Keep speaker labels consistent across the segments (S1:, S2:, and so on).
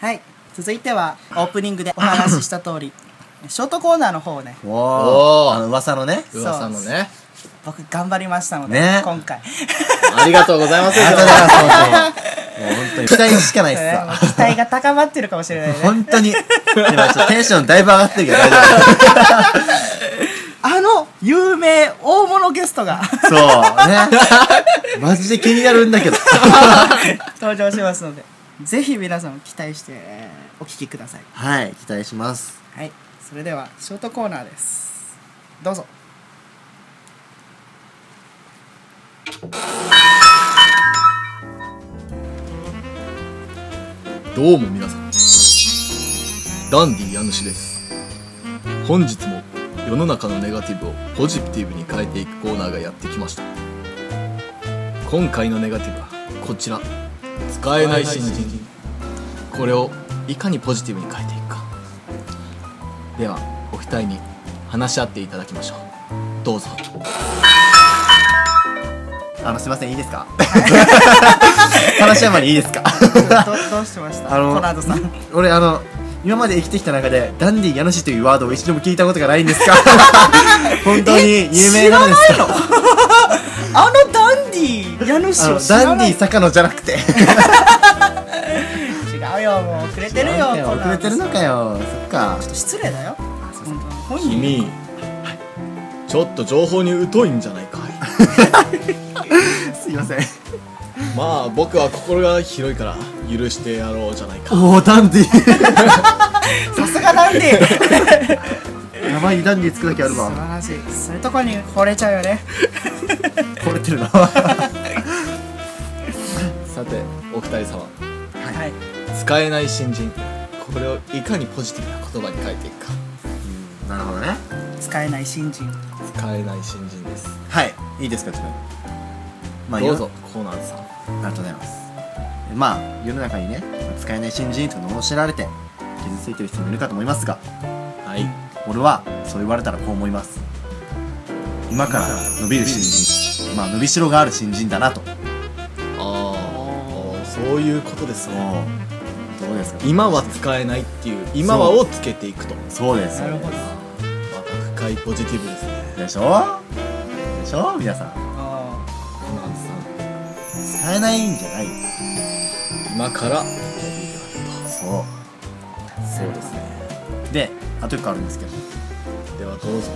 S1: はい続いてはオープニングでお話しした通 りショートコーナーの方をね
S2: お
S3: お
S2: お
S3: ー
S2: あの噂の ね
S1: そう
S3: 噂のね。
S1: 僕頑張りましたので、
S2: ね
S1: 今回
S3: ありがとうございます。
S2: ありがとうございます本当にもう本当に期待しかないっす
S1: ね
S2: さ
S1: 期待が高まってるかもしれないね
S2: 本当に今ちょっとテンションだいぶ上がってるけど大丈
S1: あの有名大物ゲストが
S2: 夫そう ねマジで気になるん だけど
S1: 登場しますのでぜひ皆さんも期待してえーお聞きください
S2: はい期待します
S1: はいそれではショートコーナーですどうぞ
S3: どうも皆さんダンディ家主です本日も世の中のネガティブをポジティブに変えていくコーナーがやってきました今回のネガティブはこちら使えない新人これをいかにポジティブに変えていくかではお二人に話し合っていただきましょうどうぞ
S2: あのすいませんいいです か話はまでいいですか
S1: どどうしてました
S2: あの
S1: コナードさん
S2: 俺あの今まで生きてきた中でダンディ家主というワードを一度も聞いたことがないん ですか本当に有名なんですか
S1: あのダンディ家
S2: あ
S1: 主を
S2: の
S1: 知ら
S2: ダン
S1: な
S2: デ
S1: い
S2: ィ坂野じゃなくて
S1: 違うよもう遅れてるよ
S2: なんだ
S1: コナードさ
S2: 遅
S1: ん
S2: れてるのかよそっか
S1: 失礼だよ本当に本人
S3: 君ちょっと情報に疎いんじゃないかい
S2: すいません
S3: まあ僕は心が広いから許してやろうじゃないか
S2: おおダンデ ィ
S1: さすがダンディ素
S2: 名前にダンディつくだけある
S1: 晴
S2: わ
S1: らしいそういうとこに惚れちゃうよね
S2: 惚れてるなは
S3: さてお二人様
S1: はい
S3: 使えない新人これをいかにポジティブな言葉に変えていくか
S2: いなるほどね
S1: 使えない新人
S3: 使えない新人です、
S2: はいいいですかちょっとま
S3: どうぞコーナーズさん
S2: ありがとうございますまあ世の中にね使えない新人とか罵られて傷ついてる人もいるかと思いますが
S3: はい
S2: 俺はそう言われたらこう思います今から伸びる新人まあ伸びしろがある新人だなと
S3: ああそういうことですね
S2: どうですか
S3: 今は使えないっていう今はをつけていくと
S2: そうです
S1: なるほど
S3: また深いポジティブですね
S2: でしょでしょ皆さん
S1: あ
S3: コーナーズさ
S2: 使えないんじゃない
S3: ん今から
S2: そう
S3: そうですね
S2: であと1個あるんですけど
S3: ではどうぞ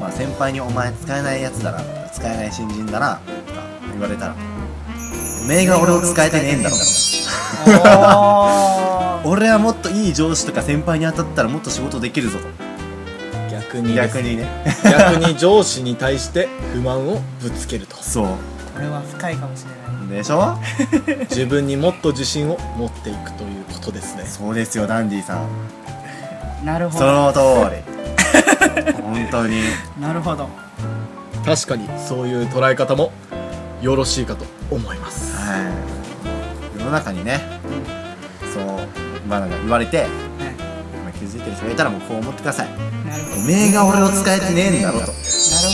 S2: まあ先輩に「お前使えないやつだな」使えない新人だな」とか言われたら「おめえが俺を使えてねえんだろ」
S1: あおー
S2: 俺はもっといい上司とか先輩に当たったらもっと仕事できるぞと
S3: 逆にです
S2: 逆にね
S3: 逆に上司に対して不満をぶつけると
S2: そ
S1: これは深いかもしれな
S2: うでしょ
S3: 自分にもっと自信を持っていくということですね
S2: そうですよダンディさん
S1: いなるほ
S2: そ
S1: ど
S2: の通り本当に
S1: なるほど
S3: 確かにそういう捉え方もよろしいかと思います
S2: はい世の中にね
S1: うんは
S2: そうまあなんか言われて、まあ、気づいてる人がいたらもうこう思ってください
S1: いなるほ
S2: おめえが俺を使えてねえんだろと
S1: どなる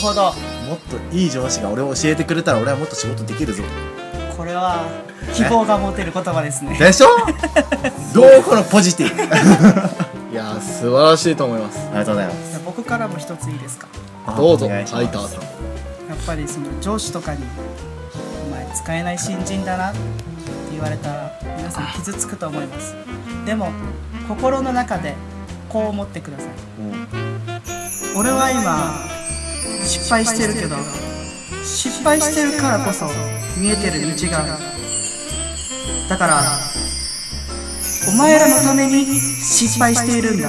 S1: ほど
S2: もっといい上司が俺を教えてくれたら俺はもっと仕事できるぞ
S1: これは希望が持てる言葉ですね
S2: でしょどうこのポジティブあ
S3: いやー素晴らしいと思います
S2: りがとうございます
S1: じゃあ僕からも一ついいですか
S3: どうぞ
S2: お願
S3: ハ
S2: い
S3: イ
S2: し
S3: タ
S2: ます
S3: ーさん
S1: やっぱりその上司とかに「お前使えない新人だな」って言われたら皆さん傷つくと思いますでも心の中でこう思ってください俺は今失敗してるけど失敗してるからこそ見えてる道があるだからお前らのために失敗しているんだ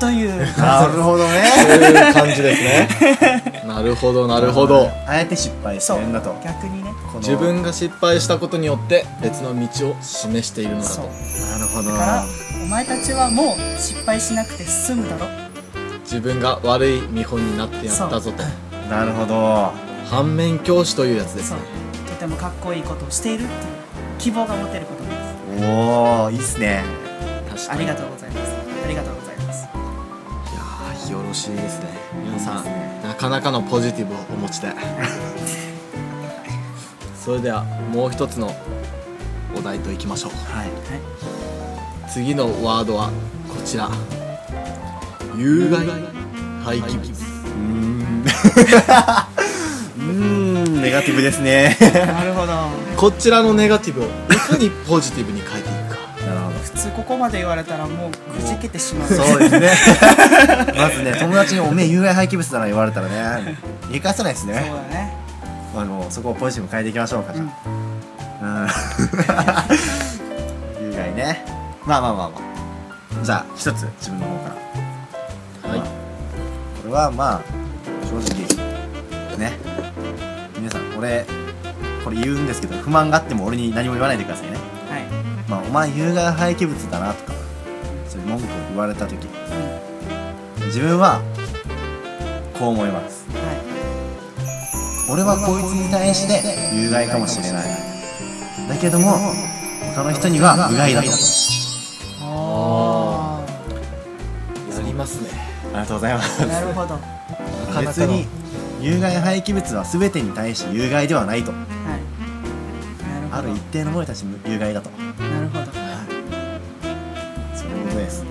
S1: という
S2: なるほど
S3: そう
S2: ね
S3: いう感じですね なるほどなるほど
S2: あえて失敗して
S1: そう
S2: るんだと
S1: 逆にね
S2: この
S3: 自分が失敗したことによって別の道を示しているのだ
S1: そう
S3: と
S2: なるほど
S1: だからお前たちはもう失敗しなくて済むだろ
S3: 自分が悪い見本になってやったぞと
S2: なるほど
S3: 反面教師というやつです
S1: そう
S3: ね
S1: とてもかっこいいことをしているっていう希望が持てることです
S2: おおいいっすね
S3: 確か
S1: あ
S3: に
S1: りがとうございますありがとうございます
S3: いやーよろしいですね皆さ
S2: いいですね
S3: んなかなかのポジティブをお持ちでそれではもう一つのお題といきましょう
S2: はい
S1: は
S3: 次のワードはこちら有害廃棄物
S2: うーんうーんネガティブですね
S1: なるほど
S3: こちらのネガティブをいかにポジティブに変えていくか
S2: なるほど
S1: 普通ここまで言われたらもうくじけてしまう
S2: そうですね まずね友達に「おめえ有害廃棄物だな」言われたらね言い返せないです
S1: そう
S2: ね
S1: だね
S2: あのそこをポジティブに変えていきましょうかじゃあうん 有害ねまあまあまあまあじゃあ一つ自分の方から
S3: はい
S2: これはまあ正直ね皆さん俺これ言うんですけど不満があっても俺に何も言わないでくださいね
S1: はい
S2: まあお前有害廃棄物だなとかそういう文句を言われた時自分はこう思います
S1: は
S2: 俺はこいつに対して有害かもしれないだけども他の人には無害だと
S1: いおー
S3: やりますね
S2: ありがとうございます
S1: なるほどは
S3: なかな
S2: 別
S3: かの
S2: に有害廃棄物は全てに対して有害ではないと
S1: いな
S2: あ
S1: る
S2: る
S1: ほ
S2: 一定のものに対して有害だと
S1: どなるほど
S2: そういうことです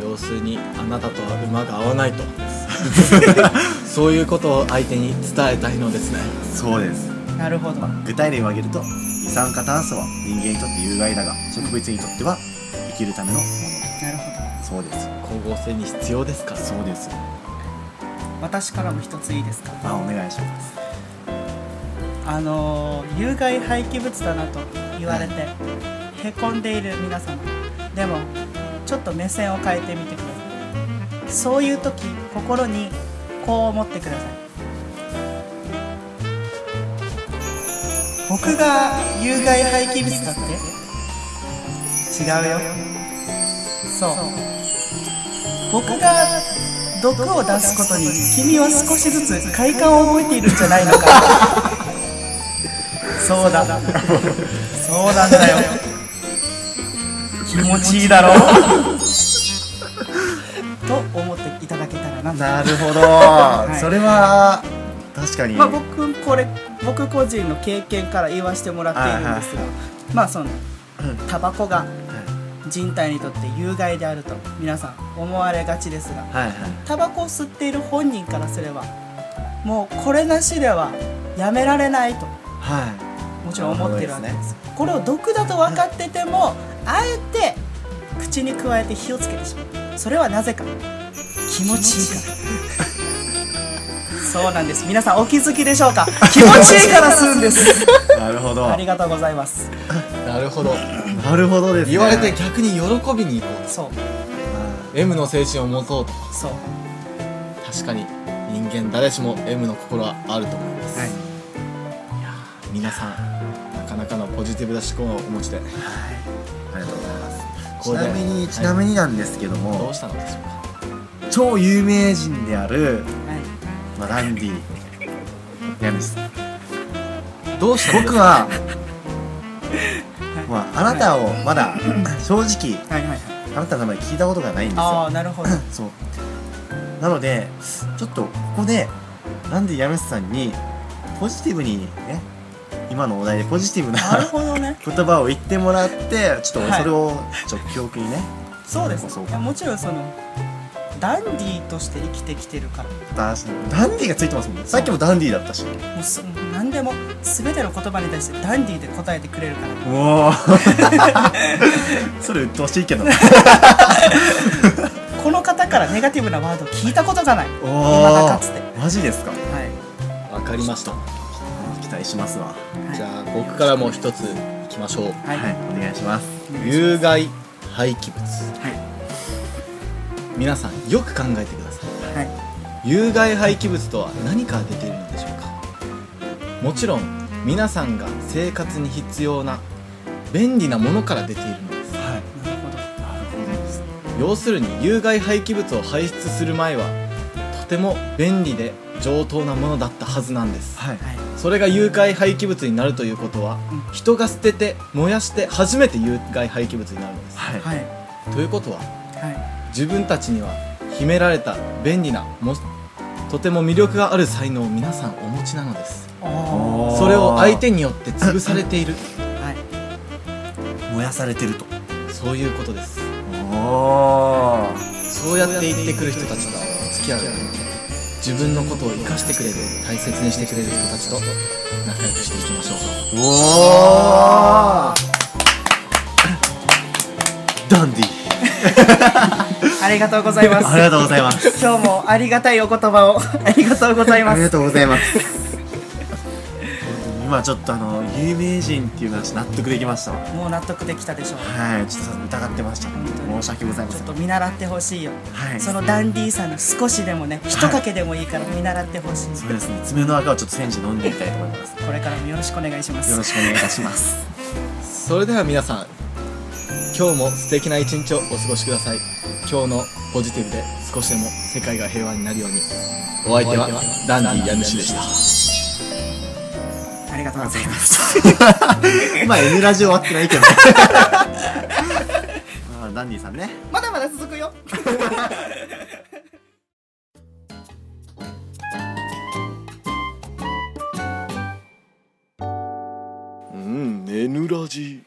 S3: 要するにあなたとは馬が合わないとそういうことを相手に伝えたいのですね
S2: そうです
S1: なるほど
S2: 具体例を挙げると二酸化炭素は人間にとって有害だが植物にとっては生きるためのもの
S1: なるほど
S2: そうです
S3: 光合成に必要ですから
S2: そうです
S1: 私からも一ついいですか
S2: あお願いします
S1: あのー有害廃棄物だなと言われてへこんでいる皆様でもちょっと目線を変えてみてくださいそういう時心にこう思ってください僕が有害廃棄物だって違うよそう僕が毒を出すことに君は少しずつ快感を覚えているんじゃないのかそうだ。そうなんだよ。気持ちいいだろと思っていただけたらなと。
S2: なるほど、
S1: い
S2: それは確かに、
S1: まあ僕これ僕個人の経験から言わせてもらっているんですが、
S2: は
S1: まあその
S2: うん
S1: タバコが人体にとって有害であると皆さん思われがちですが、
S2: はいはい
S1: タバコを吸っている本人からすれば、もうこれなしではやめられないと。
S2: は
S1: もちろん思ってるわけ
S2: なる
S1: で
S2: ほど
S1: すこれを毒だと分かっててもあえて口に加えて火をつけてしまうそれはなぜか気持ちいいからそうなんです皆さんお気づきでしょうか気持ちいいから吸うんです
S2: いなるほど
S1: ありがとうございます
S3: なるほど
S2: なるほどですね
S3: 言われて逆に喜びに行こ
S1: そう
S3: う M の精神を持そうと
S1: そう
S3: 確かに人間誰しも M の心はあると思います、
S2: はい
S3: 皆さんなかなかのポジティブな思考をお持ちで
S2: ありがとうございますち
S3: これ
S2: な
S3: で
S2: みに
S3: はい
S2: ちなみになんですけど
S3: ど
S2: も、
S3: うしたのでしょうか
S2: 超有名人であ
S1: は
S2: る、まあ、ランディ家主さん
S3: どうしたの
S2: 僕 はまああなたをまだ正直
S1: いはいはい
S2: あなたの名前聞いたことがないんです
S1: あ
S2: よ
S1: あなる ほどは
S2: そうなのでちょっとここでなんで家主さんにポジティブにね今のお題でポジティブな
S1: なるほどね
S2: 言葉を言ってもらってちょっと
S1: はい
S2: それをちょっと記憶にね、
S1: そうです
S2: そう
S1: い
S2: か
S1: やもちろんそのダンディーとして生きてきてるから
S2: ダンディがついてますもんさっきもダンディだったし
S1: もうす何でも全ての言葉に対してダンディーで答えてくれるから
S2: おお それ鬱陶しいけど
S1: この方からネガティブなワードを聞いたことがない
S2: お
S1: まだかつて
S2: マジですか
S1: はい
S3: わかりました
S2: 期待しますわ
S1: はい
S3: じゃあ僕からも一ついきましょう
S1: はい、はい、
S2: お願いします
S3: 有害廃棄物
S1: は
S3: 皆さんよく考えてください
S1: い、はい、
S3: 有害廃棄物とは何から出ているのでしょうかもちろん皆さんが生活に必要な便利なものから出ているのです
S2: はい
S1: なるほどは
S2: なるほどです
S3: 要するに有害廃棄物を排出する前はとても便利で上等なものだったはずなんです
S2: はい
S1: い
S3: それが有害廃棄物になるということは
S1: う
S3: 人が捨てて燃やして初めて有害廃棄物になるのです
S2: はい
S1: はい
S3: ということは
S1: は
S3: 自分たちには秘められた便利なもとても魅力がある才能を皆さんお持ちなのです
S1: いお
S2: おー
S3: それを相手によって潰されている
S1: ーはい
S2: 燃やされてると
S3: そそういうことです
S2: おー
S3: そうやって言ってくる人たちと付き合う自分のことを生かしてくれる大切にしてくれる人たちと仲良くしていきましょう
S2: おーダンディ
S1: ありがとうございます
S2: ありがとうございます
S1: 今日もありがたいお言葉を ありがとうございま
S2: ありが
S1: す
S2: とうございます。今ちょっとあの有名人っていうのは納得できましたわ。
S1: もう納得できたでしょう
S2: はい、ちょっと疑ってました。申し訳ございま
S1: ちょ
S2: せ
S1: っ
S2: ん。
S1: と見習ってほしいよ
S2: はい、
S1: そ
S2: そ
S1: のダンディーさんの少しでもね一かけでもいいから見習ってほしい、
S2: うですね。爪の赤をちょっと煎じ飲んでみたいと思います。
S1: これからもよろしくお願いします
S2: よろしくお願いいたし ます。
S3: それでは皆さん今日も素敵な一日をお過ごしください今日のポジティブで少しでも世界が平和になるように
S4: お相手はダンディ家主でした
S1: ありがとうございます
S2: まあ N ラジオ終わって ないけど。まあダンディさんね。
S1: まだまだ続くよ
S4: うん N ラジ